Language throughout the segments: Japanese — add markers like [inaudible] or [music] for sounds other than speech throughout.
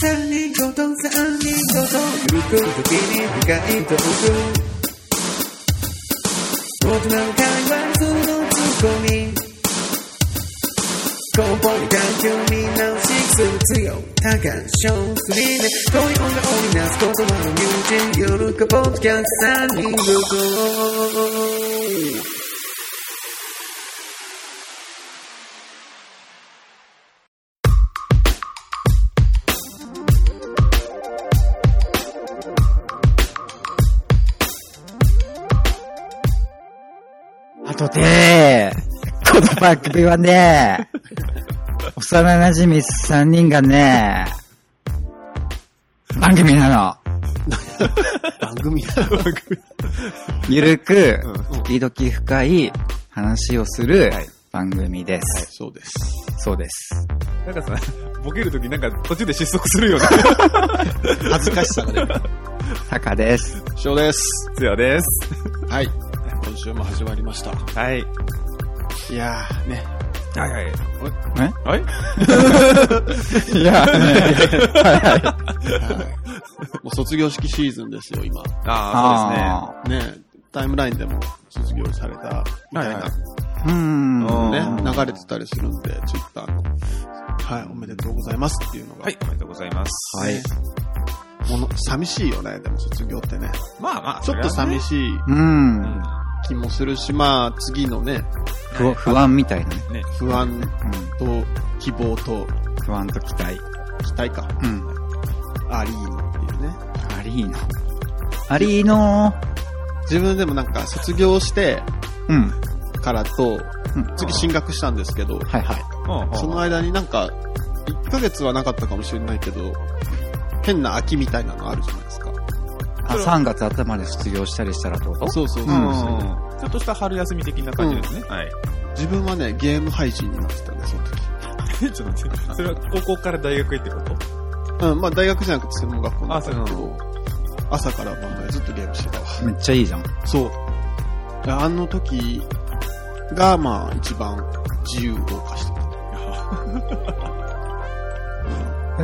三人ごと三人ごとゆくときに深いトーク大人の会話そのツッコミ根本に環境見直しする強多感症すりで恋音が織りなす言葉の友人夜かポッドキャスト三人ごとあとで、この番組は [laughs] ね、幼馴染み3人がね、番組なの。番組だ。 [laughs] ゆるくうん、時々深い話をする番組です。そうです。そうです。なんかさ、ボケるときなんか途中で失速するよね。恥ずかしさが出る。タカです。翔です。つよです。はい。今週も始まりました。はい。いやーね。はいはい。えはいい [laughs] や、はい。 [laughs] もう卒業式シーズンですよ、今。ああ、ね。タイムラインでも卒業されたみたいな、うーん。うんね、流れてたりするんで、ツイッターの。はい、おめでとうございますっていうのが。そうですね。はい。おめでとうございます。ね。もの、寂しいよね、でも卒業ってね。まあまあ、ちょっと寂しい。しいうん。気もするし、まあ、次のね、不不安みたいなね。不安と希望とうん不安と期待。期待か。うん。ありーっていうね。アリーノ。アリーノ自分でもなんか卒業してうん。からと、うん次進学したんですけど、はいはい。うんうんその間になんか、1ヶ月はなかったかもしれないけど、変な秋みたいなのあるじゃないですか。あ、3月頭で卒業したりしたらってことそうそうそううそんう、うんうんちょっとした春休み的な感じですね。はい。自分はね、ゲーム配信になってたんで、その時。ちょっと待って。それは高校から大学へってことうん、まあ大学じゃなくて専門学校なんだあけそうど、朝から晩までずっとゲームしてたわ。めっちゃいいじゃん。そう。あの時が、まあ一番自由を謳歌してた。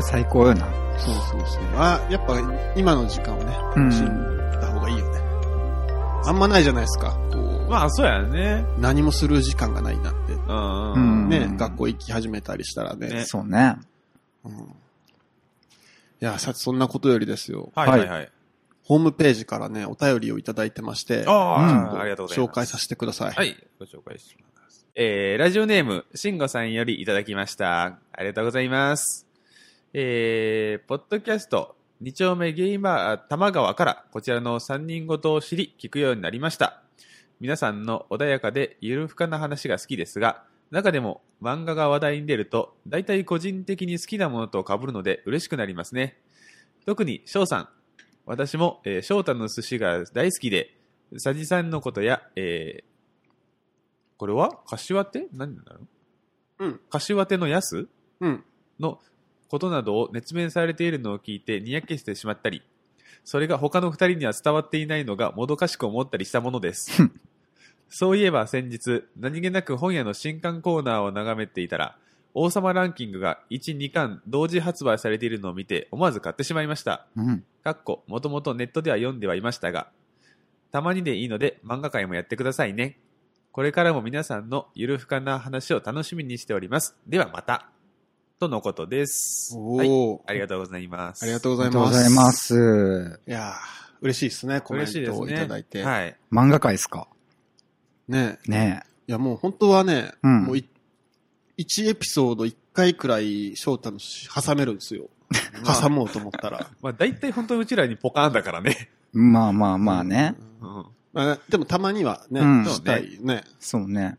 最高よな。そうそうそう。あ、やっぱ今の時間をね、うん楽しんだ方がいいよね。あんまないじゃないですか。こう、まあ、そうやね。何もする時間がないなって。うんう。うんんね、学校行き始めたりしたらね。ねそうね。うん、いや、さ、そんなことよりですよ。はいはいはい。ホームページからね、お便りをいただいてまして、ああ、うんありがとうござい紹ます。介させてください。はい、ご紹介します。えー、ラジオネーム、しんごさんよりいただきました。ありがとうございます。えー、ポッドキャスト、二丁目ゲイバー玉川からこちらの3人ごとを知り、聞くようになりました。皆さんの穏やかでゆるふかな話が好きですが、中でも漫画が話題に出ると、大体個人的に好きなものと被るので嬉しくなりますね。特に翔さん。私も、えー、翔太の寿司が大好きで、さじさんのことや、えー、これは柏手何になるうん。柏手のやすうん。のことなどを熱弁されているのを聞いてにやけしてしまったり、それが他の二人には伝わっていないのがもどかしく思ったりしたものです。そういえば先日、何気なく本屋の新刊コーナーを眺めていたら、王様ランキングが1、2巻同時発売されているのを見て思わず買ってしまいました。うん。かっこ、もともとネットでは読んではいましたが、たまにでいいので漫画界もやってくださいね。これからも皆さんのゆるふかな話を楽しみにしております。ではまた。とのことです。おはい。ー、ありがとうございます。ありがとうあごりざがいとうごます。ざいま。す。いやー嬉しいですね、コメン嬉しいでトすをいね。ただいて。はい。漫画界っすかねねいや、もう本当はね、うんもうい1エピソード1回くらい翔太のし挟めるんで [laughs] すよ。挟もうと思ったら。まあ大体本当にうちらにポカーンだからね。え。まあまあまあね。うん。うん。まあ、でもたまにはね、うんしたいね。そうね。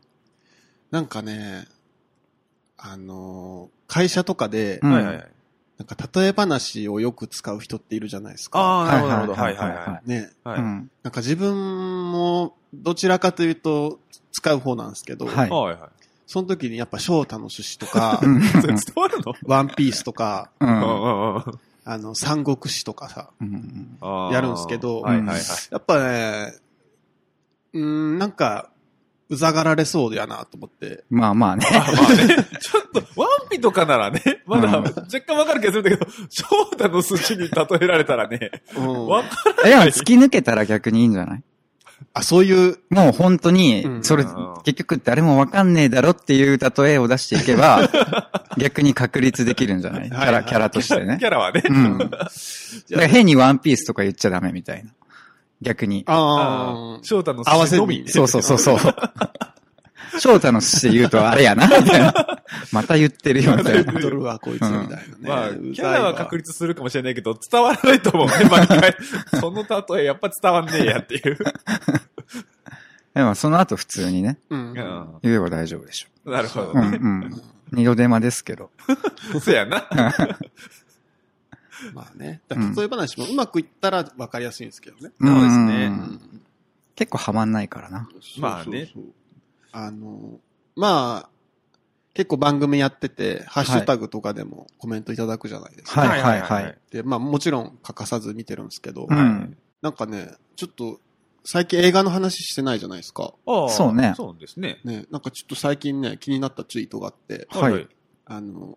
なんかね、あのー会社とかで、うんはいはいはい。なんか例え話をよく使う人っているじゃないですか。ああ、なるほどなるほど。ははいいははいいはいはね。い。はうい。ん。なんか自分もどちらかというと使う方なんですけど、はいはいはい。その時にやっぱ翔太の趣旨と [laughs] かう、ん。それ伝わるのワンピースとか、ううんんうんうんあの、三国志とかさ、うん。あー。やるんすけどはいはいはい。やっぱね、うーん、なんか、うざがられそうやなと思って。 [laughs] まあまあね。 [laughs] まあね、ちょっと、ワンピ味とかならね、まだうん若干わかる気がするんだけど、翔太の筋に例えられたらね、 [laughs] うんわかえでも突き抜けたら逆にいいんじゃないあ、そういう、もう本当にう、んそれうん、結局誰もわかんねえだろっていう例えを出していけば、逆に確立できるんじゃないキャはいはラ、いキャラとしてるねキ。ャラはね。うん。だから変にワンピースとか言っちゃダメみたいな。逆に。ああ、翔太の合わ筋せのみ。そうそうそうそう。 [laughs] 翔太の寿司で言うとあれやな、みたいな。また言ってるよ、みたいな。ドルはこいつみたいなね。まあ、うざいキわャラは確立するかもしれないけど、伝わらないと思うね、[laughs] 毎回。その例え、やっぱ伝わんねえやっていう。でもその後普通にね、うんう。ん言えば大丈夫でしょ。なるほどうんうね。ん。二度手間ですけど。そうやな。まあね。だからそういう話もうまくいったらわかりやすいんですけどね。そうですねうんうん結構ハマんないからな。まあね。そうそうそうあの、まあ、結構番組やってて、ハッシュタグとかでもコメントいただくじゃないですか。はいはいはい。で、まあもちろん欠かさず見てるんですけど、うんなんかね、ちょっと、最近映画の話してないじゃないですか。ああそうねそうですね。ね、なんかちょっと最近ね、気になったツイートがあって、はいはい。あの、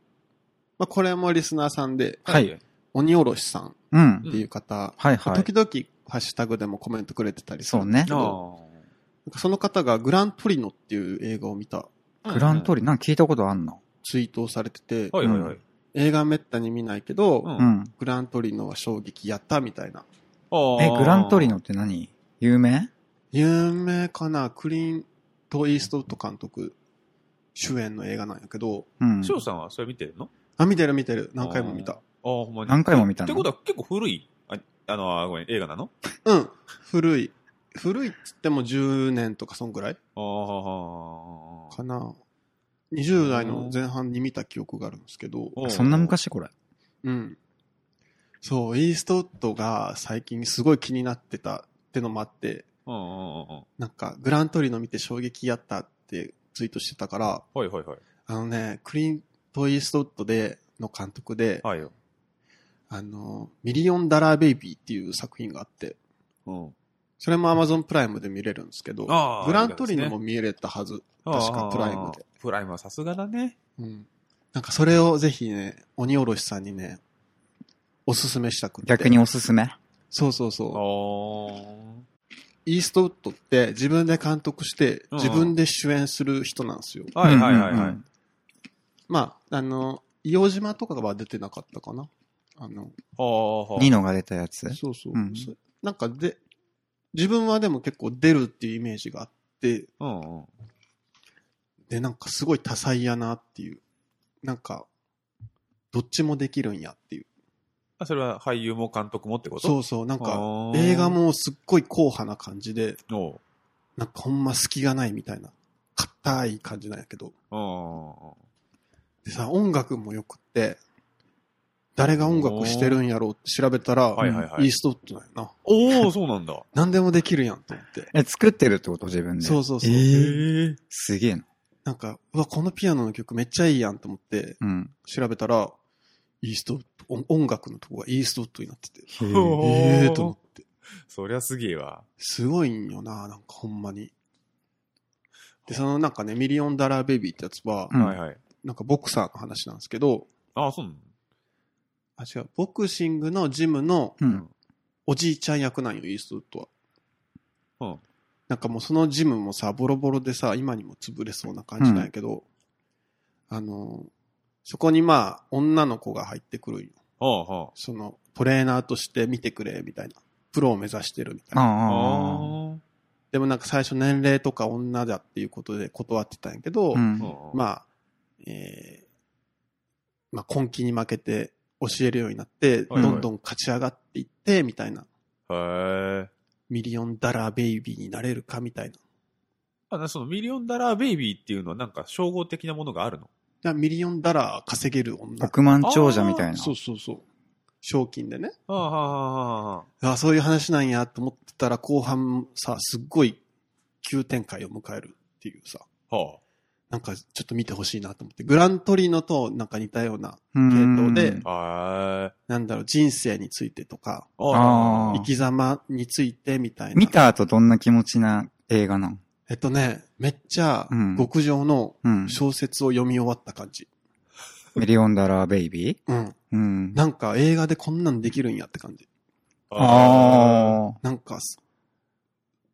まあこれもリスナーさんで、はいい。鬼おろしさんうん。っていう方、はいはい。時々ハッシュタグでもコメントくれてたりするそうんですねけ。あど、なんかその方がグラントリノっていう映画を見たあグラントリー、なんか聞いたことあんのツイートをされてて、はいはいはい。映画めったに見ないけど、うんうん。グラントリノは衝撃やったみたいな。え、グラントリのノって何有名有名かなクリント・イーストウッド監督主演の映画なんやけど、うん。翔さんはそれ見てるのあ、見てる見てる。何回も見た。ああ、ほんまに。っ何回も見たてのことは結構古い、ああの、あごめん、映画なのうん。古い。古いっつっても10年とかそんぐらいあかな。20代の前半に見た記憶があるんですけど、あ。そんな昔これ。うん。そう、イーストウッドが最近すごい気になってたってのもあって、うんうんうんうん。なんか、グラントリノ見て衝撃やったってツイートしてたから、はいはいはい。あのね、クリント・イーストウッドで、の監督で、はいよ。あの、ミリオン・ダラー・ベイビーっていう作品があって、うん。それも Amazon プライムで見れるんですけど、あーグラントリノも見れたはず。確かプライムでああ。プライムはさすがだね。うん。なんかそれをぜひね、鬼おろしさんにね、おすすめしたくって。逆に。おすすめ。そうそうそう。あイーストウッドって自分で監督して、うん自分で主演する人なんですよ。あ。はいはいはいはういん。まあ、あの、硫黄島とかは出てなかったかな。あの、ああ、ニノが出たやつ。そうそう。うんそなんかで、自分はでも結構出るっていうイメージがあって、うんうん。で、なんかすごい多彩やなっていう。なんか、どっちもできるんやっていう。あ、それは俳優も監督もってこと。そううそう、なんあか、ー映画もすっごい硬派な感じで、おうなんかほんま隙がないみたいな、硬い感じなんやけど。あでさ、音楽もよくって、誰が音楽してるんやろうって調べたら、あ。はいはいはいイー。ストウッドなんやな。おおそうなんだ。何でもできるやんと思って。え、作ってるってこと自分で。そうそうそうえへーえ。すげえな。なんか、うわ、このピアノの曲めっちゃいいやんと思ってうん。調べたら、イーストウッド、音音楽のとこがイーストウッドになってて、へーおーええーと思って。そりゃすげえわ。すごいんよな、なんかほんまに。で、そのなんかね、ミリオンダラーベビーってやつは、うんはいはい。なんかボクサーの話なんですけど、ああ、そうなのあ、違う、ボクシングのジムのうん。おじいちゃん役なんよ、イーストウッドは。うん。なんかもうそのジムもさ、ボロボロでさ、今にも潰れそうな感じなんやけど、あの、そこにまあ、女の子が入ってくるんよ。ああ、はあ。その、トレーナーとして見てくれ、みたいな。プロを目指してるみたあいな。あ。でもなんか最初年齢とか女だっていうことで断ってたんやけど、うん。あ、まあ、えー、まあ根気に負けて教えるようになって、はいはいどんどん勝ち上がっていって、みたいな。へえ。ミリオンダラーベイビーになれるか、みたいな。あ、なそのミリオンダラーベイビーっていうのはなんか称号的なものがあるのいやミリオンダラー稼げる女。億万長者みたいな。そうそうそう。賞金でね。ああ、はあ、はあ、はあそういう話なんやと思ってたら、後半さ、すっごい急展開を迎えるっていうさ、あ。はなんかちょっと見てほしいなと思って、グラントリノとなんか似たような、うん系統であ。はあ。なんだろう、人生についてとか、あー生き様についてみたいな。見た後どんな気持ちな映画なんえっとね、めっちゃうん極上のうん。小説を読み終わった感じ。ミリオンダラーベイビーうん。うん。なんか映画でこんなんできるんやって感じ。あああ。なんかす、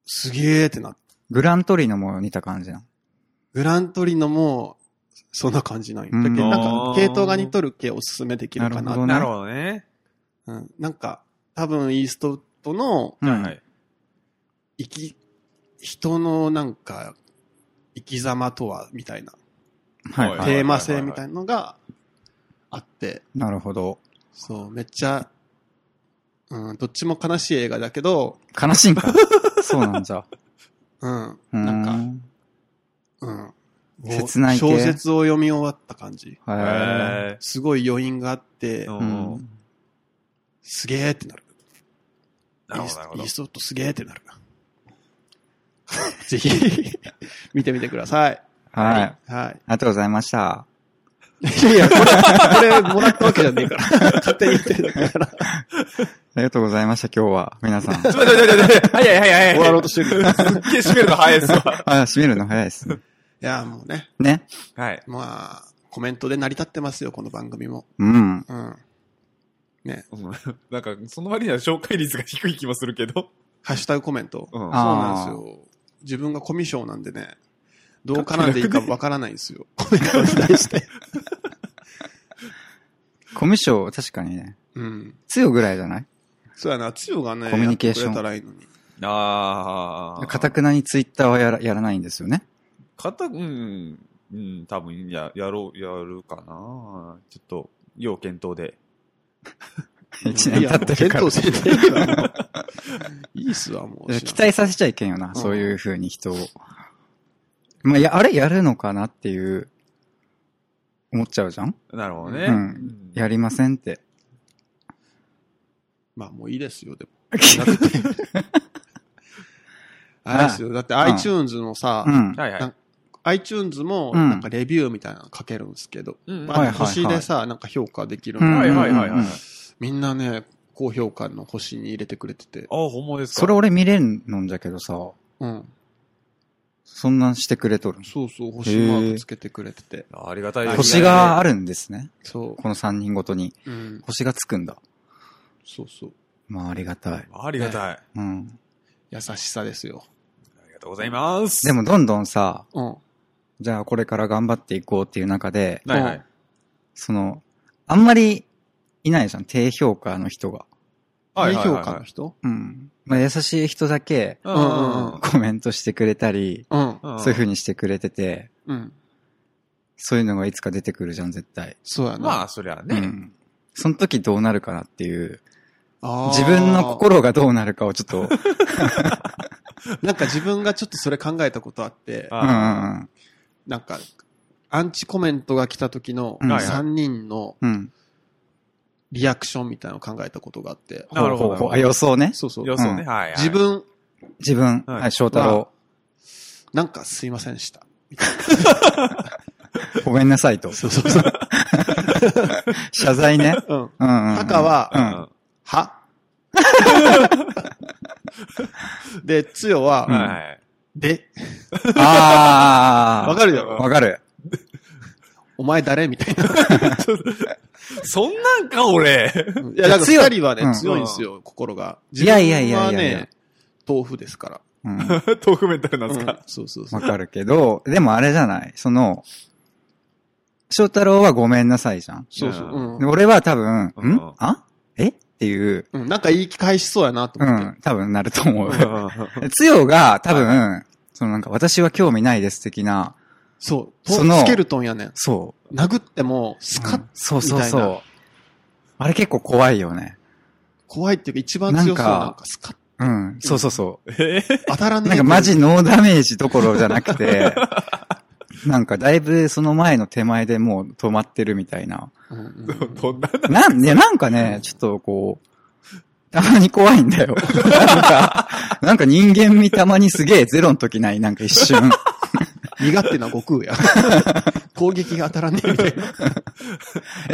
すげーってなって。グラントリーのも似た感じなの。グラントリノも、そんな感じなんや。うんだけどなんあーか、系統が似とる系おすすめできるかななるほどー。ねなるほどね。うん。なんか、多分イーストウッドのうん。はい。生き、人のなんか、生き様とは、みたいな、はいはいはテーマ性みたいなのがあって、い。なるほど。そう、めっちゃ、うん、どっちも悲しい映画だけど、悲しいん [laughs] か。そうなんじゃ。うん、うーなんか、んうん。切ない系小説を読み終わった感じ。か。へへすごい余韻があってー。、ーううんん。すげーってなる。なるほど、なるほイどー。ストウッドすげーって [laughs] なる。ぜひ、見てみてください。はい。あはい。りがとうございました。いやいや、これ、これもらったわけじゃねえから。勝手に言ってるだけだから。ありがとうございました、今日は。皆さん。 [laughs] ちょっと待って待って待って。早い早い早 [laughs] い。終わろうとしてる。いすっげえ締めるの早いっすわ。あ、閉めるの早いですね。や、もうね、ね。はい。まあ、コメントで成り立ってますよ、この番組も。うん。うん。ね、うんなんか、その割には紹介率が低い気もするけど。ハッシュタグコメント。うん。ああそうなんですよ。自分がコミュ障なんでね、どう絡んでいいかわからないんですよ。コメントに対 [laughs] して。コミュ障、確かにね。うん。強ぐらいじゃないそうやな、つよがね、コミュニケーションやってくれたらいいのに。あー。かたくなにツイッターはやらやらないんですよね。かた、うん。うん、多分、や、やろう、やるかな。ちょっと、要検討で。一年経ってるからいやもう検討せんでいいわもういいっすわ、もう。 [laughs] 期待させちゃいけんよな、んそういう風に人を。まあ、や、あれやるのかなっていう、思っちゃうじゃんなるほどね。うんうんやりませんって。まあもういいですよ、[laughs] でも。だってあれですよ。だってん iTunes のさ、うん。はいはないん。iTunes もうんなんかレビューみたいなの書けるんですけど、うんはまいあ星でさ、なんか評価できるうんのはいはいはいはい。うんあ、みんなね、高評価の星に入れてくれてて。ほんまですか。それ俺見れんのんじゃけどさ、うん。そんなんしてくれとるんそうそう、星マークつけてくれてて。あありがたいですね。星があるんですね。そこの3人ごとに。う。うん。星がつくんだ。そうそう。まあ、ありがたい。ありがたい。うん。優しさですよ。ありがとうございます。で、も、どんどんさ、うん。じゃあこれから頑張っていこうっていう中で、はいはい。その、あんまりいないじゃん、低評価の人が。はい低はいはい評はい価の人うん。まあ、優しい人だけうんうんうんコメントしてくれたり、うん。んそういう風にしてくれてて、うん。そういうのがいつか出てくるじゃん、絶対。そうやな。まあ、そりゃうね。ん。その時どうなるかなっていう、あー自分の。心がどうなるかをちょっと、うんうんなんか自分がちょっとそれ考えたことあって、う [laughs] [laughs] あんなんか、アンチコメントが来た時のうん3人のうん。リアクションみたいなのを考えたことがあって。なるほうどううあ予想ね。そうそーう。予想うね。んはいはい。自分、自分、はいはい、翔太郎、なんかすいませんでした。ごめんなさいと。そうそうそう。謝罪 [laughs] ね。 [laughs] うん。うんうんうん。赤はう。うんん。はで、つよは、はい。で、あー。わかるよ。わかる。お前誰みたいな。そんなんか、俺。 [laughs] いや、なんか強い二人はね、うん強いんですよ、心が。いやいやいやいやいや自分はね、豆腐ですから。うん。豆腐メンタルなんですうんか。そうそうそうわ。かるけど、 [laughs] でもあれじゃないその、翔太郎はごめんなさいじゃん。そうそう。でう俺は多分、うんんあえっていう、んうん。なんか言い返しそうやなとう思って。ん、多分なると思う。[laughs] うつよが多分、そのなんか私は興味ないです的な、そう。そのスケルトンやねん。そ殴っても、スう。カうッん、そうそうみたいそう。あれ結構怖いよね。怖いっていうか、一番強なそうな、んかなんかスカッ、うん、そうそうそえ当たらう。ない。なんかマジノーダメージどころじゃなく [laughs] て、なんかだいぶその前の手前でもう止まってるみたいな。うんうんーどんななん、ね、なんかね、ちょっとこう、たまに怖いんだよ。 [laughs] なんか、なんか人間味たまにすげえゼロの時ない、なんか一瞬。 [laughs] 身勝手な悟空や。攻撃が当たらねえみたいな。い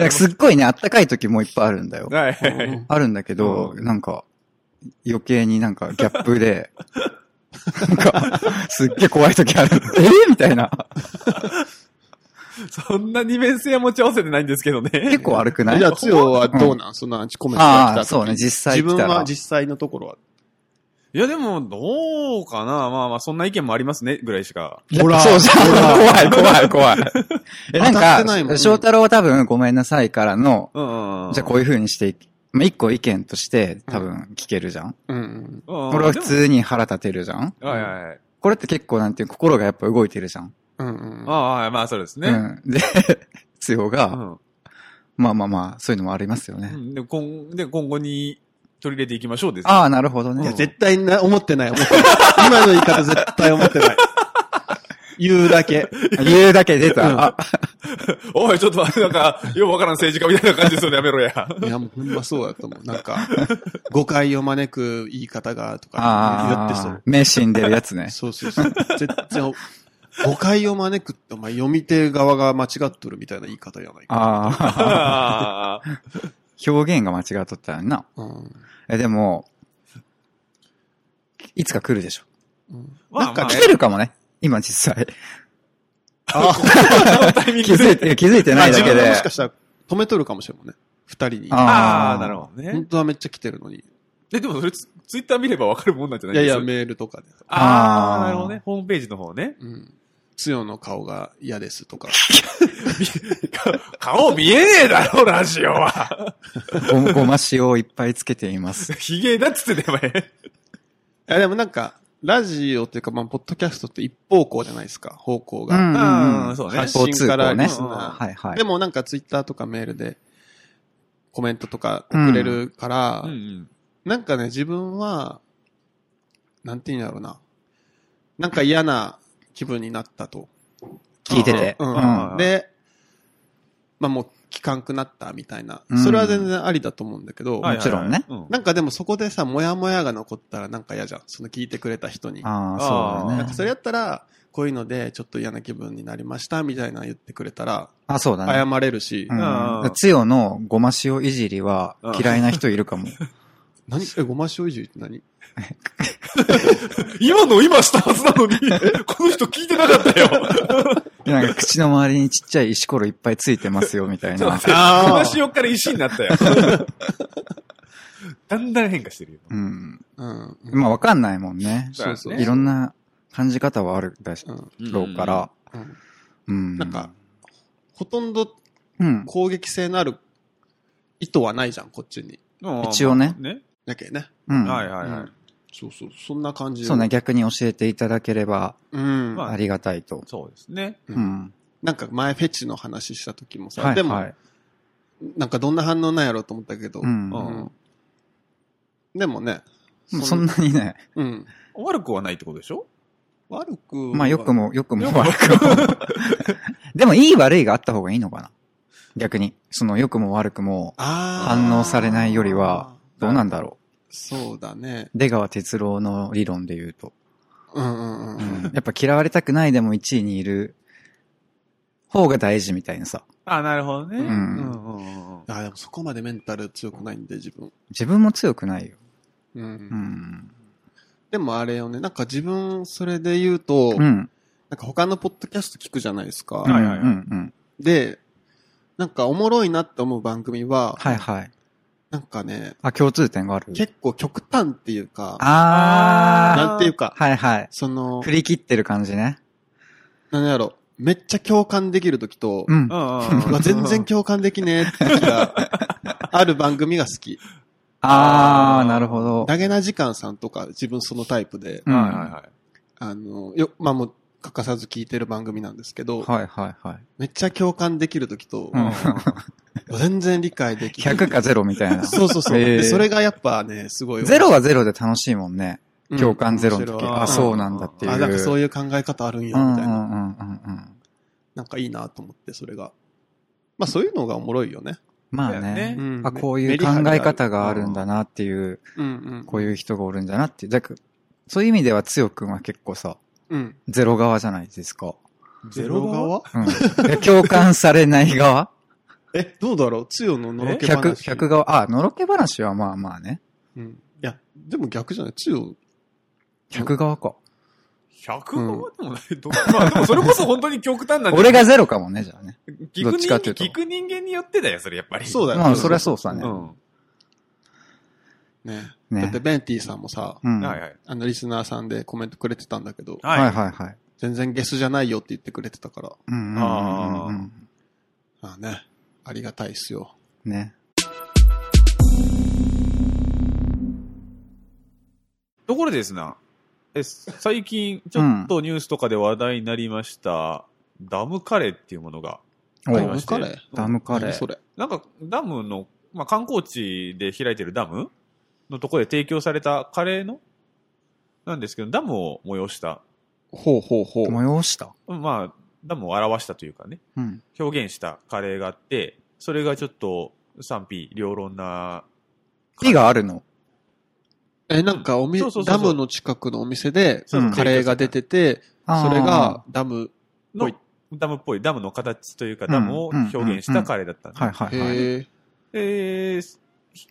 やすっごいね、あったかい時もいっぱいあるんだよ。はいはういはい。んあるんだけど、なんか、余計になんかギャップで、 [laughs] なんか、すっげえ怖い時ある。えーみたいな。そんな二面性は持ち合わせてないんですけどね。結構悪 [laughs] くないじゃあ、つよはどうなん、そのアンチコメントが来あたあ、時そうね、実際自来分たら。は実際のところは。いや、でも、どうかなまあまあ、そんな意見もありますね、ぐらいしか。ほら、 [laughs] そうじゃん。怖い、怖い、怖い。 [laughs] え、なん当たってないもか、ん翔太郎は多分、ごめんなさいからの、うんうんうん。じゃあこういう風にしていき、まあ、一個意見として多分聞けるじゃん。うんうん。うんうん、俺は普通に腹立てるじゃんでも。はいはいはい。これって結構なんていうの心がやっぱ動いてるじゃん。うんうん。ああ、はいまあそうですね。うん。 [laughs] で、つようが、ん。まあまあまあ、そういうのもありますようね。ん、で今で今後に取り入れていきましょうです。ああ、なるほどいや、ね。絶対な、思ってない、思ってない。今の言い方絶対思って [laughs] ない。言うだけ。言うだけ出うんた。あおい、ちょっと、なん [laughs] か、ようわからん政治家みたい [laughs] な感じですよね、やめろや。いや、もうほんまそうだと思う。なんか、誤解を招く言い方が、とか、言ってそあう。、目死んでるや [laughs] つね。そうそうそう。絶対、誤解を招くって、お前読み手側が間違っとるみたいな言い方じゃないか。ああああ、表現が間違っとったらな。うん。え、でも、いつか来るでしょ。うんまあまあ、来てるかもね。今実際。このタイミン気グづいで。て、気づいてないだけまあ自分がでもし。かしたら止めとるかもしれんもんね。二人に。ああ、なるほどね本。当はめっちゃ来てるのに。え、でもそれツ、ツイッター見ればわかるもんなんじゃないいやいや、それメールとかで。あああ、ーなるほどね。ホームページの方ね。うん。つよの顔が嫌ですとか。顔見えねえだろ、ラジオは。ごごま塩をいっぱいつけています。 [laughs] ひげだっつってね、お前。いや、でもなんか、ラジオっていうか、まあ、ポッドキャストって一方向じゃないですか、方向うが。んうんううんん。そうね発交信通か行らね。リうスんうんナー。はいはいで。もなんか、ツイッターとかメールで、コメントとか送れるから、うんうん。なんかね、自分は、なんて言うんだろうな。なんか嫌な気分になったと。聞いてて。ううんん。うんで、まあもう、聞かんくなったみたいなう。んそれは全然ありだと思うんだけど、はいはいはいもちろんねうなんかでもそこでさ、もやもやが残ったらなんか嫌じゃん。その聞いてくれた人に。ああ、そうだなんよかね。それやったら、こういうので、ちょっと嫌な気分になりました、みたいなの言ってくれたら、あ、そうだ謝ね。れるし、ううんん。つよのごま塩いじりは嫌いな人いるかも。何え、ごま塩いじりって何今の今したはずなの [laughs] に、この人聞いてなかったよ。なんか口の周りにちっちゃい石ころいっぱいついてますよ、みたいちょっな。と待って、あー話をから石にな [laughs] ったよ。だんだん変化してるよ。うん。うん。まあわかんないもんね。そうそうだいろよねんな感じ方はあるだしうん。ろうから。うんうん。なんか、ほとんどうん。攻撃性のある意図はないじゃん、こっちに。うん、一応ねね。だけね。うん。はいはいはういん。そうそう、そんな感じ。そうね、。逆に教えていただければうん。まはいありがたいと。そうですね。ううんん。なんか前フェチの話した時もはさ、い。でもは、いなんかどんな反応なんやろうと思ったけどう、ん。うんうんでもね、もうそんなにね、うん。悪くはないってことでしょ悪くは。まあ良くも、良くもよくも悪くも。でも、いい悪いがあった方がいいのかな逆に。その良くも悪くも、あー反応されないよりは、どうなんだろそうだね。う。出川哲郎の理論で言うと。うんうんうん。うんやっぱ嫌われたくないでも1位にいる方が大事みたいなさ。あ、なるほどね。うんうんうんうんあでもそこまでメンタル強くないんで、自分。自分も強くないよ。うん。うん。でもあれよね、なんか自分、それで言うと、うん。うんなんか他のポッドキャスト聞くじゃないですか。うんはいはいはいうん。で、なんかおもろいなって思う番組は、はいはい。なんかね、あ、共通点がある。結構極端っていうか、あー。なんていうか、はいはい。その振、り切ってる感じね。なんやろ、めっちゃ共感できる時と、うんう。んうんうんうわ全然共感できねえって時が [laughs] ある番組が好き。あー、なるほど。投げな時間さんとか自分そのタイプで、うんはいはいはい。あの、よ、まあもう欠かさず聞いてる番組なんですけど、はいはいはい。めっちゃ共感できる時とう、ん [laughs] 全然理解できない。 100か0みたいな。 [laughs] そうそうそう。へーでそれがやっぱね、すごい。ゼロはゼロで楽しいもんね。うん共感ゼロの面時。白いあ、そうなんだっていう。あ、なんかそういう。いう考え方あるんや、うんうんみうんたいな。うんうん。なんかいいなと思って、それが。まあそういうのがおもろいよね。まあだよねね。んあ、こういう考え方があるんだ。なっていう、メリハリがあるうんうん。こういう人がおるんだなっていう。だからそういう意味では強くんは結構さ、うん。ゼロ側じゃないですか。ゼロ側うん。 [laughs] いや共感されない側え、どうだろうつよののろけ100、話。 100側。あ、のろけ話はまあまあね。うん。いや、でも逆じゃないつよ、 100側か。 100もでもない。どまあでもそれこそ本当に極端なんで [laughs] 俺がゼロかもね、じゃあね。聞どくっちか人っていうと聞く人間によってだよ、それやっぱり。そうだよ。まあ、そりゃそうさうね。ん。ね。ねだってベンティさんもさ、うん。はいはいはい。あのリスナーさんでコメントくれてたんだけど、はいい。はい。全然ゲスじゃないよって言ってくれてたから、うんうんうんあーうんああね、ありがたいっすよ。うん。ね。ところでですな、え、最近、ちょっとニュースとかで話題になりました、ダムカレーっていうものがあおりまして。ダムカレーダムカレ何そー。れ。なんか、ダムの、まあ、観光地で開いてるダムのところで提供されたカレーのなんですけど、ダムを催した、ほうほうほう。催した。まあ、ダムを表したというかね、うん。表現したカレーがあって、それがちょっと賛否両論な、火があるの。え、なんかおみそうそうそうダそムうの近くのお店でそうそうカレーが出てて、あーそれが、ダム、のぽいダムっぽい、ダムの形というか、うんダムを表現したカレーだったんではいはいはい。へえ。えー、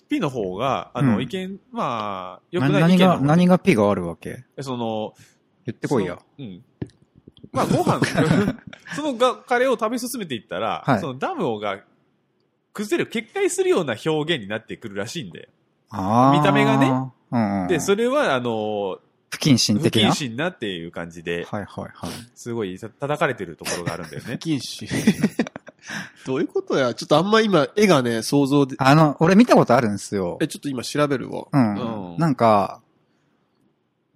P の方が、あの、うん意見、まあ、よなくない何意見のが、方何が火があるわけその、言ってこいや。その。うん。まあ、ご飯、 [laughs] そのがカレーを食べ進めていったら、はいそのダムをが、崩れる、決壊するような表現になってくるらしいんで。あー見た目がね。うんうん。で、それ、れは、あの、不謹慎不的な。謹はい慎なっていう感じで、はいはい。すごいた叩かれてるところがあるんだよ [laughs] ね不。謹慎。 [laughs] どういうことやちょっとあんま今、絵がね、想像で、あの、俺見たことあるんですよえ、。ちょっと今調べるわ。うん。うんなんか、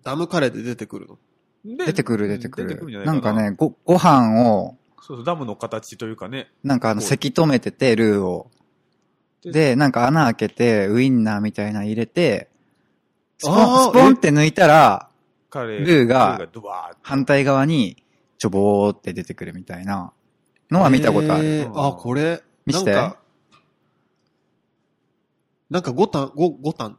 ダムカレーで出てくるの。で出てくる出てく出てくるんじゃる。ないなかんなかね、ご、ご飯を、そうそう、ダムの形というかね。なんかあの、こうせき止めてて、ルーを。でで、なんか穴開けて、ウインナーみたいなの入れて、スポあン、ースポンって抜いたら、カレー。ルーがドバーッ反対側に、ちょぼーって出てくるみたいなのは見たことある。へーあ、これ。見してなんか、なんか五反、五、五反、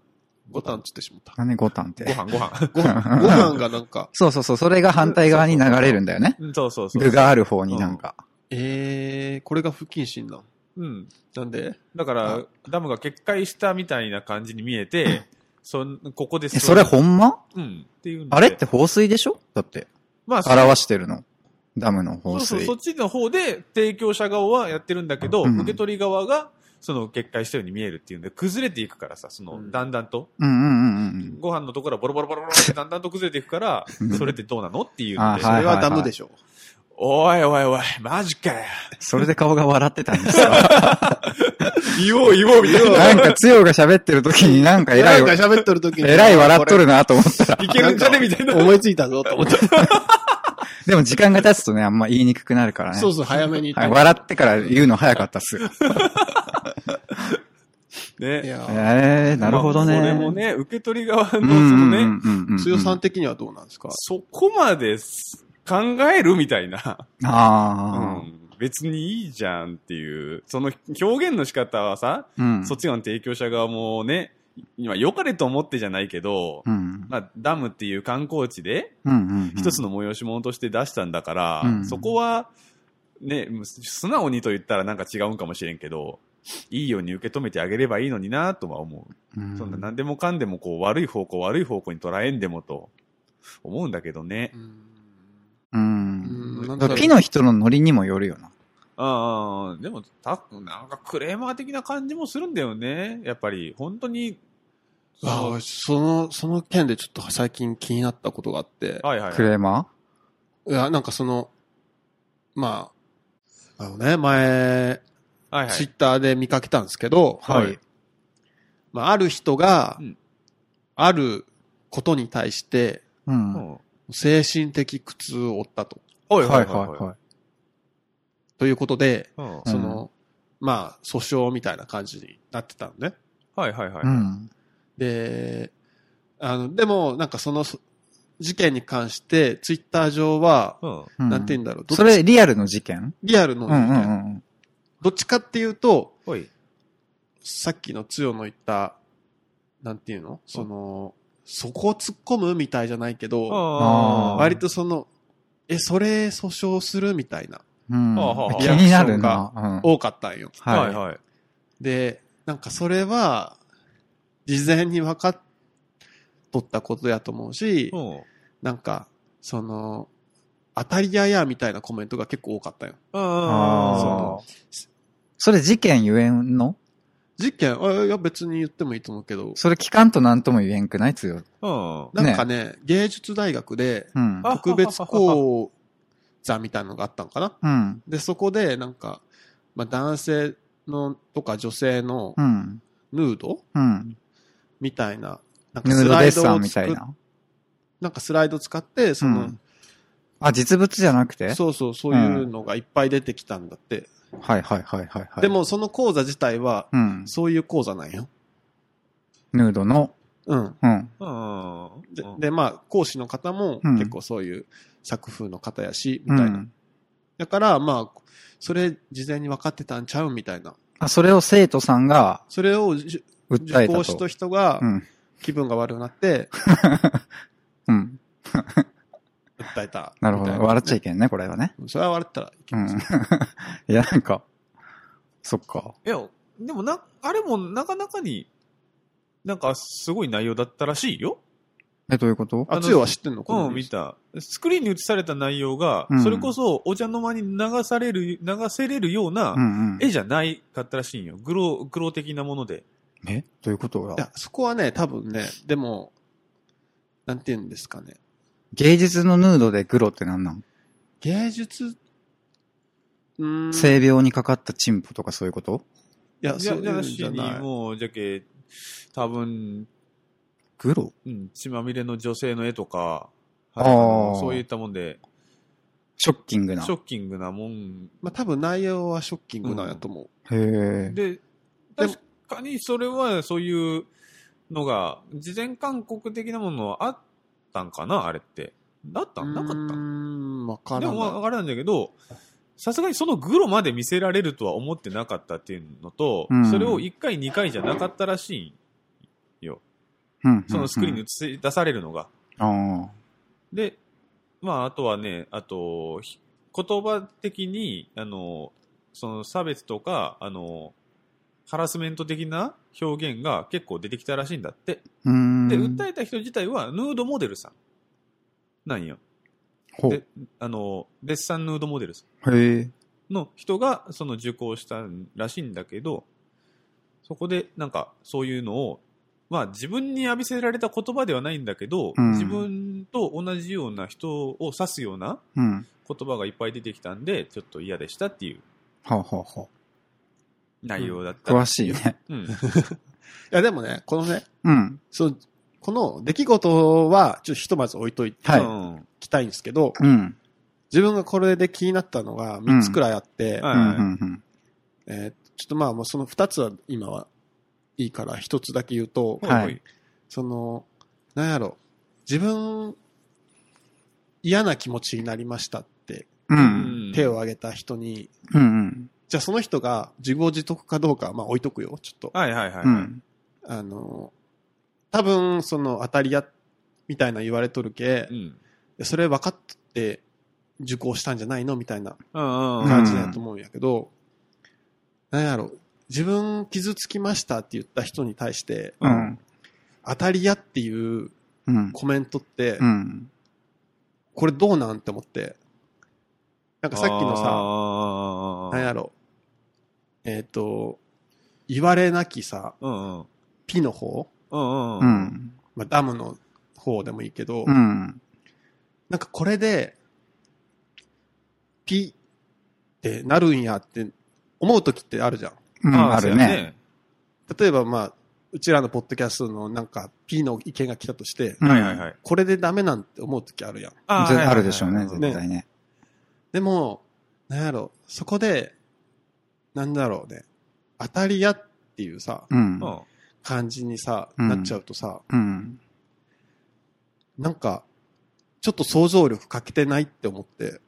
五反つってし [laughs] まった。何ごたんってご。飯、[laughs] ご飯。ご飯、ご飯がなんか、そうそうそう、それが反対側に流れるんだよね。うんそうそうそう。具がある方になんか。ええー、これが不謹慎なん。うん。なんでだから、ダムが決壊したみたいな感じに見えて、そん、ここでえ、それほんまうん。っていうんであれって、放水でしょだって。まあ、そう表してるの。ダムの放そうそう、水そ。っちの方で提供者側はやってるんだけど、うん受け取り側が、その決壊したように見えるっていうんで、崩れていくからさ、その、うんだんだんと、うんうんうんご飯のところはボロボロボロボロ [laughs] ってだんだんと崩れていくから、それってどうなのっていうんで、あそはいれはダムでしょ。おいおいおい、マジかよ。うん。それで顔が笑ってたんですか言おう言おうみたいな。なんか、つよが喋ってる時になんか偉い、なんか喋っとる時に。えらい笑っとるなと思ったら。 [laughs] いけるんじゃねみたいな。思いついたぞと思って。でも時間が経つとね、あんま言いにくくなるからね。そうそう、早めにはい、言っ笑ってから言うの早かったっす。て。いね。やええなるほどね。まあこれもね、受け取り側の、 [laughs] そうんうのんうんうんね、うんうん。ー、強さん的にはどうなんですかそこまです考えるみたいな。うあん。別にいいじゃんっていう。その表現の仕方はさ、あ。うん。そっちの提供者側もね、今良かれと思ってじゃないけど、うん。まあ、ダムっていう観光地でうんうん。一つの催し物として出したんだから、うんそこは、ね、素直にと言ったらなんか違うんかもしれんけど、いいように受け止めてあげればいいのになとは思う。うん。そんな何でもかんでもこう悪い方向悪い方向に捉えんでもと思うんだけどね。う。うんん。なんだだかろらう木の人のノリにもよるよな。ああ、でも、た、なんかクレーマー的な感じもするんだよね。やっぱり、本当に。あーその、その件でちょっと最近気になったことがあって。はいはい。クレーマいや、なんかその、まあ、あのね、前、はいはい。ツイッターで見かけたんですけど、ーはい。まあ、ある人が、うんあることに対して、う。うんはいん精神的苦痛を負ったと。はいははいいははということで、い。うんその、まあ、訴訟みたいな感じになってたのね。はいはいはいい。う。ん。で、あの、でも、なんかその、そ事件に関して、ツイッター上は、うん。うんなんて言うんだろう、どっちそれリアルの事件リアルの、うんうんうん。どっちかっていうと、ほい。さっきのつよの言った、なんていうのその、そこを突っ込むみたいじゃないけど、あーああ。割とその、え、それ訴訟するみたいな、うんはあはあはあ気になるな。うん多かったんよ。はいはいはい。で、なんかそれは、事前に分かっとったことやと思うしう、ん。なんか、その、当たり屋やみたいなコメントが結構多かったよ。ああ。ああ。それ事件言えんの実験、あいや別に言ってもいいと思うけど、それ聞かんとなんとも言えんくないつよ。うん。なんかね、芸術大学でうん。あ特別講座みたいなのがあったのかな。うん。で、そこでなんか、まあ男性のとか女性のうん。ヌードうん。みたいな、なんかヌースドラデッイドをサンみ作たっいな。なんかスライド使って、その、うんあ、実物じゃなくてそうそう、そういうのがいっぱい出てきたんだって。はいはいはいはいはい。で、も、その講座自体は、うん。そういう講座なんよ。ヌードの、うん。うん。うん。で、でまあ、講師の方もうん結構そういう作風の方やし、うみたいな。ん。だから、まあ、それ事前に分かってたんちゃうみたいな。あ、それを生徒さんがそれを受訴受えた講しとた。人がうん。気分が悪くなってうん。訴えたみたないるな。ほど。笑っちゃいけんね、これはね。それは笑ったらいけう [laughs] ませんん。いや、なんか、そっか。いや、でもな、あれもなかなかに、なんかすごい内容だったらしいよ。え、どういうことあ、つよは知ってんのうん、見。た。スクリーンに映された内容が、うんそれこそお茶の間に流される、流せれるようなうんうん。絵じゃないかったらしいんよ。グロ、グロ的なもので。えどういうこといや、そこはね、多分ね、でも、なんて言うんですかね。芸術のヌードでグロってなんなん芸術、うーん。性病にかかったチンポとかそういうこといや、いそや、ういうん話じゃにない。もう、じゃけ、多分、グロうん、血まみれの女性の絵とか、あーあのそういったもんで、ショッキングな。ショッキングなもんまあ多分内容はショッキングなんやと思う。へえ。で、でも確かにそれはそういうのが、事前勧告的なものはあったんかな、あれって。だったんなかうーっん、わたかんでらもわない。からないんだけど、さすがにそのグロまで見せられるとは思ってなかったっていうのと、うんそれを1回2回じゃなかったらしいよ。うんそのスクリーンうに映んし出されるのが。うんあで、まあ、あとはね、あと、ひ言葉的に、あの、その差別とか、あの、ハラスメント的な表現が結構出てきたらしいんだって。あ。うーん。で、訴えた人自体はヌードモデルさん。なんよ。ほうで、あの、デッサンヌードモデルさへえ。んの人が、その受講したらしいんだけど、そこで、なんか、そういうのを、まあ、自分に浴びせられた言葉ではないんだけど、うん自分と同じような人を指すようなうん。言葉がいっぱい出てきたんで、ちょっと嫌でしたっていうはあ、はあは内容だっあ、た。詳しいね。うん。いや、でもね、このね、うん。その、この出来事は、ちょっとひとまず置いといてはいきたいんですけど、うん。自分がこれで気になったのが3つくらいあって、はういん。うんうん。えーちょっとまあもうその2つは今はいいから1つだけ言うと、うん。はいほいその、なんやろ、自分、嫌な気持ちになりましたってうほいん。うん手を挙げた人に、うん。うん。じゃあその人が自業自得かどうかはまあ置いとくよ、ちょっと。はいはいはいはうい。ん。あの、多分その当たり屋みたいな言われとるけう、ん。それ分かって受講したんじゃないのみたいなうんうん。感じだと思うんやけど、なんやろ、自分傷つきましたって言った人に対して、うん。当たり屋っていううん。コメントって、うん。これどうなんって思って、なんかさっきのさ、あーなんやろ、えっ、と、言われなきさ、うんうん。ピの方、うんうん。う。ん。まあ、ダムの方でもいいけど、うん。なんかこれで、ピってなるんやって思う時ってあるじゃん。うん。あるね。。例えばまあ、うちらのポッドキャストのなんか P の意見が来たとして、そうやねはいはいはい。これでダメなんて思う時あるやん。あーぜはいはいはいあるでしょうね、絶ね対ね。でも、なんやろ、そこで、なんだろうね、当たり屋っていうさ、うんう。ん。感じにさ、うんなっちゃうとさ、うん。なんか、ちょっと想像力欠けてないって思って、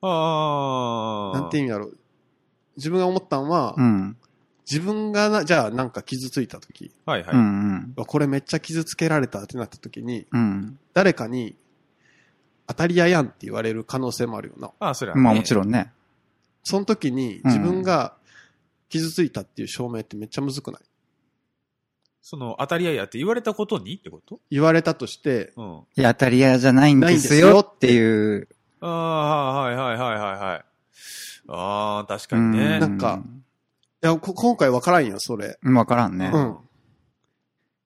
ああ。なんて意味だろう。自分が思ったんは、うん。自分がな、じゃあなんか傷ついた時、はいはうい。ん。わこれめっちゃ傷つけられたってなった時に、うん。誰かに、当たり屋やんって言われる可能性もあるよな。ああ、それはね。まあもちん。ろんね。その時に自分が傷ついたっていう証明ってめっちゃむずくないその、当たり屋やって言われたことにってこと言われたとして、うん。いや、当たり屋じゃないんですよっていう。ああ、はいはいはいはいはい。ああ、確かにうね。なんか、いや、こ今回わからんよ、それ。うんわからんね。うん。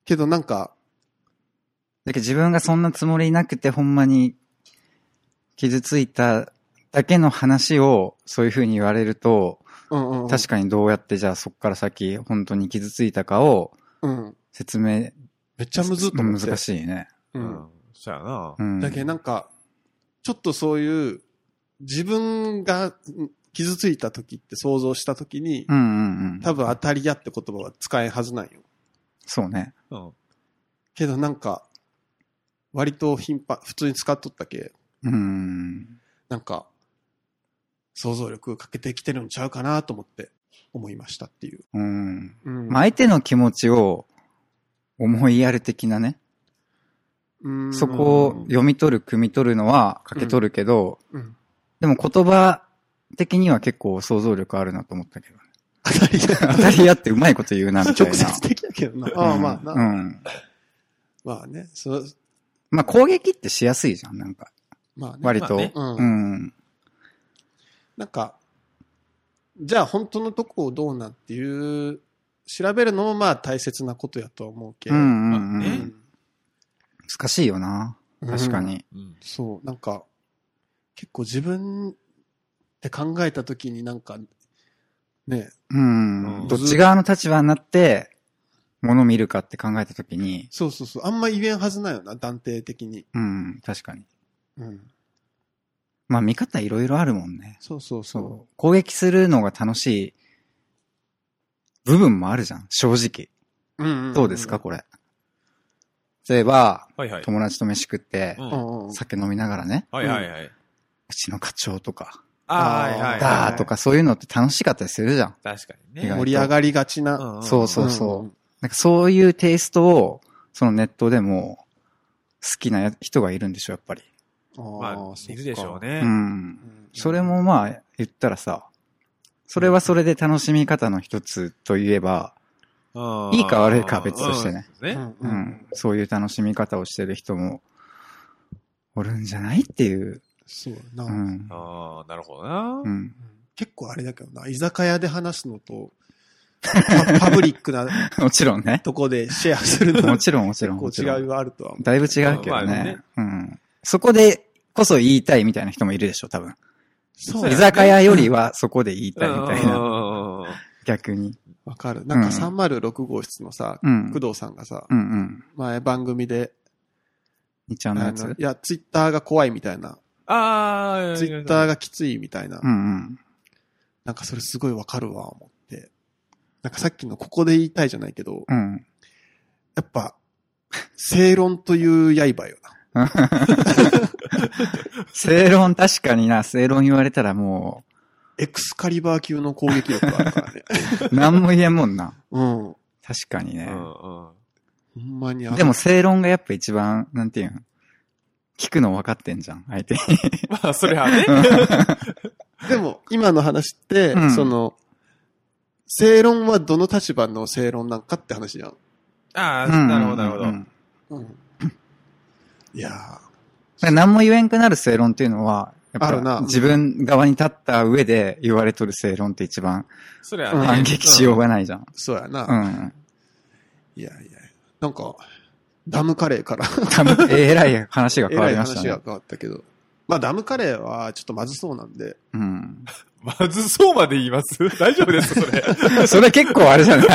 けどなんか、だけど自分がそんなつもりなくて、ほんまに傷ついただけの話をそういう風に言われると、うんうんうん。確かにどうやってじゃあそこから先本当に傷ついたかをうん。説明、めっちゃむずっと思って。難しいね。う。うんん。そうやなう。ん。だけどなんか、ちょっとそういう、自分がん傷ついた時って想像した時に、うんうんうん。多分当たり屋って言葉は使えはずなんよ。そうね。うん。けどなんか、割と頻繁、普通に使っとったけ、うん。なんか、想像力かけてきてるんちゃうかなと思って思いましたっていう。うん。うんまあ、相手の気持ちを思いやる的なね。うんそこを読み取る、汲み取るのはかけ取るけど、うんでも言葉的には結構想像力あるなと思ったけど。 [laughs] 当たり屋。当たり屋ってうまいこと言うな、みたい直な。接的やけどな。ああまあな、うんうん。まあね。そうまあ攻撃ってしやすいじゃん、なんか。まあね。割と。まあねうんうん。なんか、じゃあ本当のとこをどうなんっていう、調べるのもまあ大切なことやとは思うけうど。んうまあんう。うんん難しいよな。確か。に。うん。そう、なんか、結構自分って考えたときになんか、ね、うん。うんどっち側の立場になって、物見るかって考えたときに、そうそうそう、あんま言えんはずないよな、断定的に。うん、確かに。うん。まあ見方いろいろあるもんね。そうそうそそう。攻撃するのが楽しい部分もあるじゃん、正直。う。うんんんどうですか、これ。例えば、はいはい。友達と飯食ってう、ん。うはんうんうん。酒飲みながらね、いはいはい。うちの課長とか、ああ、はいはい。ーだーとかそういうのって楽しかったりするじゃん。確かに意ね外。盛り上がりがちな。んんそうそうそううんなんかそういうテイストを、そのネットでも好きなや人がいるんでしょ、やっぱり。うんまああー、そっかいるでしょううね。んう。んそれもまあ言ったらさ、それはそれで楽しみ方の一つといえば、うんいいか悪いかは別としてね。うんね。ううんん。、そういう楽しみ方をしてる人もおるんじゃないっていう。そうやな、ううん。んああ、なるほどなう。ん。結構あれだけどな、居酒屋で話すのと、パパブリックなもちろんね。とこでシェアするのもはちろんもち結ろん。構もちろ違いんはあるとは思う。だいぶ違うけまあどねね。うん。そこでこそ言いたいみたいな人もいるでしょ、多分。そだう居ねや酒屋よりはそこで言いたいみたいな。な。逆に。わかる。なんかうん306号室のさ、うん。工藤さんがさ、うんうん。前番組で、日曜あのやのついや、ツイッターが怖いみたいな、ああ、ツイッターが。がきついみたいなう、んうん。なんかそれすごいわかるわ、思って。なんかさっきのここで言いたいじゃないけど、うん。やっぱ、正論という刃よな。正論確かにな、正論言われたらもエクスカリバー級の攻撃力があるか [laughs] らね。う、何も言えんもんな。うん。ほ確かにうね。んうん。んまにあるでも正論がやっぱ一番、なんていうん、聞くの分かってんじゃん、相手に。まあ、それはね。でも、今の話って、うんその、正論はどの立場の正論なんかって話じゃん。 [laughs] ああ、なるほど、なるほうんどうんうん。だうん。いやー。から何も言えんくなる正論っていうのは、やっあるなぱ自分側に立った上で言われとる正論って一番それうんは反ね。撃しようがないじゃん。そうやな。うん。いやいや。なんか、ダムカレー [laughs] から、多分えらい話がえ変わらいりました話がね。変わったけど。まあ、ダムカレーはちょっとまずそうなんで。うん。まずそうまで言います [laughs] 大丈夫です [laughs] それ。それ結構あれじゃない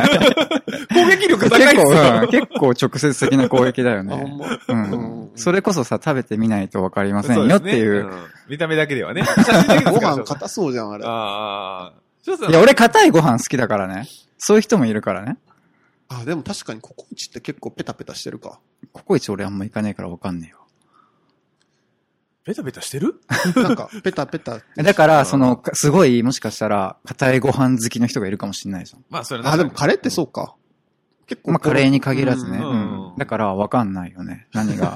攻撃結力高いっす構、うんよ。結構直接的な攻撃だよあ、ほんね。ま。うんう。んそれこそさ、食べてみないと分かりませそんうでよっすねていう。ん見た目だけではね。写真だけごですから飯硬そうじゃん、あれ。あああ。翔さんいや、俺硬いご飯好きだからね。そういう人もいるからね。でも確かにココイチって結構ペタペタして [laughs] るか。ココイチ俺あんま行かねえからわかんねえよ。ベタベタしてるなんか、ペタペタ。だかうら、んその、かすごい、もしかしたら、硬いご飯好きの人がいるかもしれないじゃん。まあ、それはあ、でもカレーってそうか。結構。まあ、カレーに限らずね。ううんんん。だから、わかんないよね。何 [laughs] が、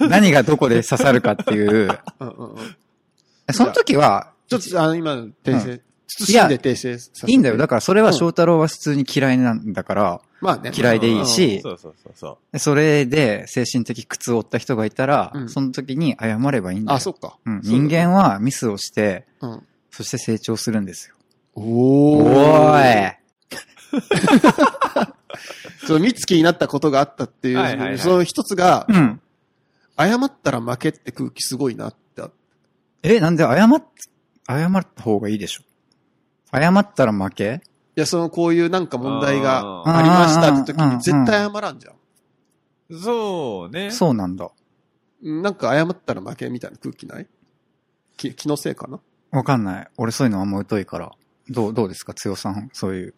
何がどこで刺さるかっていう。うんうんうん [laughs] その時は、ちょっと、あの、今の訂正、うん慎んで訂正させていいんだよ。だから、それは翔太郎は普通に嫌いなんだから、まあね。嫌いでいいしうんそうそうそうそそれで精神的苦痛を負った人がいたら、うんその時に謝ればいいんだよ。あ、そっか。うん、人間はミスをして、うん。そして成長するんですよ。おおーーいその、三月になったことがあったっていう、はいはいはいその一つがう、ん。謝ったら負けって空気すごいなって。え、なんで謝っ、謝った方がいいでしょ謝ったら負けいや、その、こういうなんかう。問題があありましたって時うんうんうんに絶対謝らんじゃん。ーそうね。そうなんだ。うんなんか謝ったら負けみたいな空気ないき気のせいか [laughs] なわかんない。俺そういうのあんま疎いから。どう、どうですか強さん。そういう。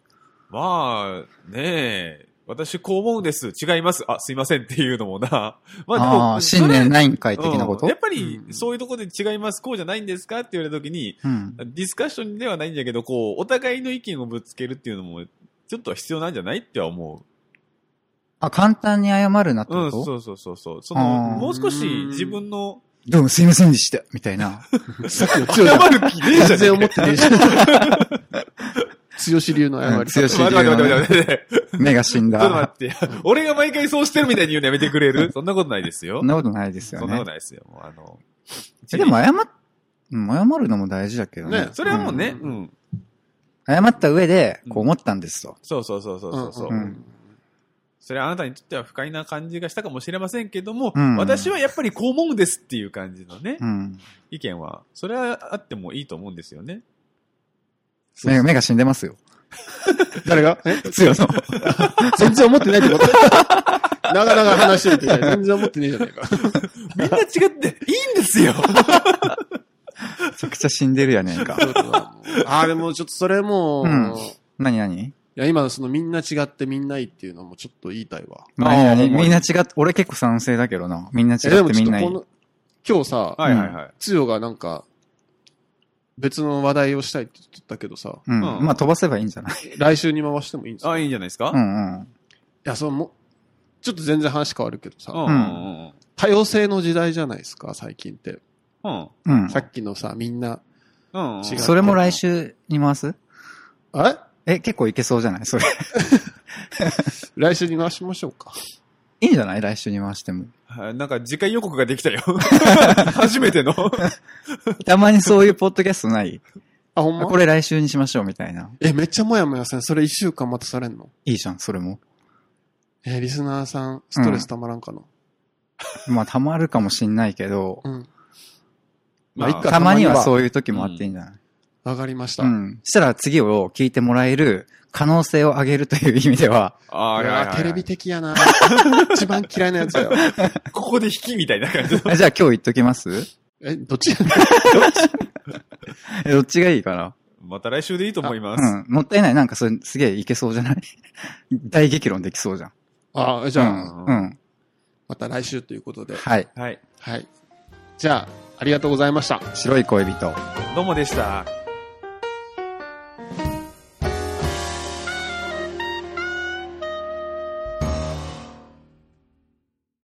まあ、ねえ。私こう思うんです。違います。あ、すいませんっていうのもな。 [laughs] まああー、信念いないんかい的なことやっぱりう、んそういうところで違います。こうじゃないんですかって言われたときに、うん。ディスカッションではないんだけど、こう、お互いの意見をぶつけるっていうのも、ちょっとは必要なんじゃないっては思う。あ、簡単に謝るなってうこん、と、そうそうそうそう。その、あーもう少し自分の、どうもすいませんでした。みたい [laughs] な。さっきの強謝い。る気ねえじ全ゃね然え思ってねえじゃん。[laughs] 強し流の謝りうん強方。し待って待って待って待って。 [laughs] ち目が死んょっと待だ。って。俺が毎回そうしてるみたいに言うのやめてくれ [laughs] るそんなことないですよ。そんなことないですよそんなこねと。ないですよ。もうあの、えでも謝っ、うん謝るのも大事だけどね。ねそれはもうね、ううんん。謝った上でう、んこう思ったんですと。そうそうそうそうそうそう、うんうんそれはあなたにとっては不快な感じがしたかもしれませんけども、うん私はやっぱりこう思うんですっていう感じのね、うん。意見は、それはあってもいいと思うんですよね。目が目が死んでますよ。誰がえ強さん。全然思ってないってことなかなか話してて、全然思ってねえじゃねえか。みんな違っていいんです [laughs] よめちゃくちゃ死んでるやね [laughs] んか。ああ、でもちょっとそれもう、うんい何何や、今のそのみんな違ってみんないっていうのもちょっと言いたいわ。何あ何ーほんまみにんな違って、俺結構賛成だけどな。みんな違えでっもてちみょんっなといこい。の、今日さ、はいはいはい。つよがなんか、別の話題をしたいって言ってたけどさ、うん。うんまあ飛ばせばいいんじゃない来週に回してもいいんですかあ、いいんじゃないですか、うんうん。いや、そのも、ちょっと全然話変わるけどさ、うんうんうん多様性の時代じゃないですか、最近って。うん。うん。さっきのさ、みんな、うんうん。違うそれも来週に回すあれえ、結構いけそうじゃないそれ。 [laughs] 来週に回しましょうか。いいんじゃない来週に回しても。はいなんか次回予告ができたよ。 [laughs] 初めての。たまにそういうポッドキャストないあ、ほんあまこれ来週にしましょうみたいな。え、めっちゃもやもやせん。それ一週間待たされんのいいじゃん、それも。えーリスナーさん、ストレスたまらんかな、まあ、たまるかもしんないけどう、ん、ま [laughs] まああ、いっかたまにはそういう時もあっていいんじゃないわかりました。うん。したら次を聞いてもらえる可能性を上げるという意味では、ああーれはいはいははいテレビ的や [laughs] な。一番嫌いなやつだよ。ここで引きみたいな感じの。 [laughs] あじゃあ今日言っときますえ、どっちえどっちがいいかなまた来週でいいと思います。うん。もったいない。なんかそれすげえいけそうじゃ [laughs] ない大激論できそうじゃん。あ、じゃあ、うん。うん。また来週ということで。はい。はい。はい。じゃあ、ありがとうございました。白い恋人。どうもでした。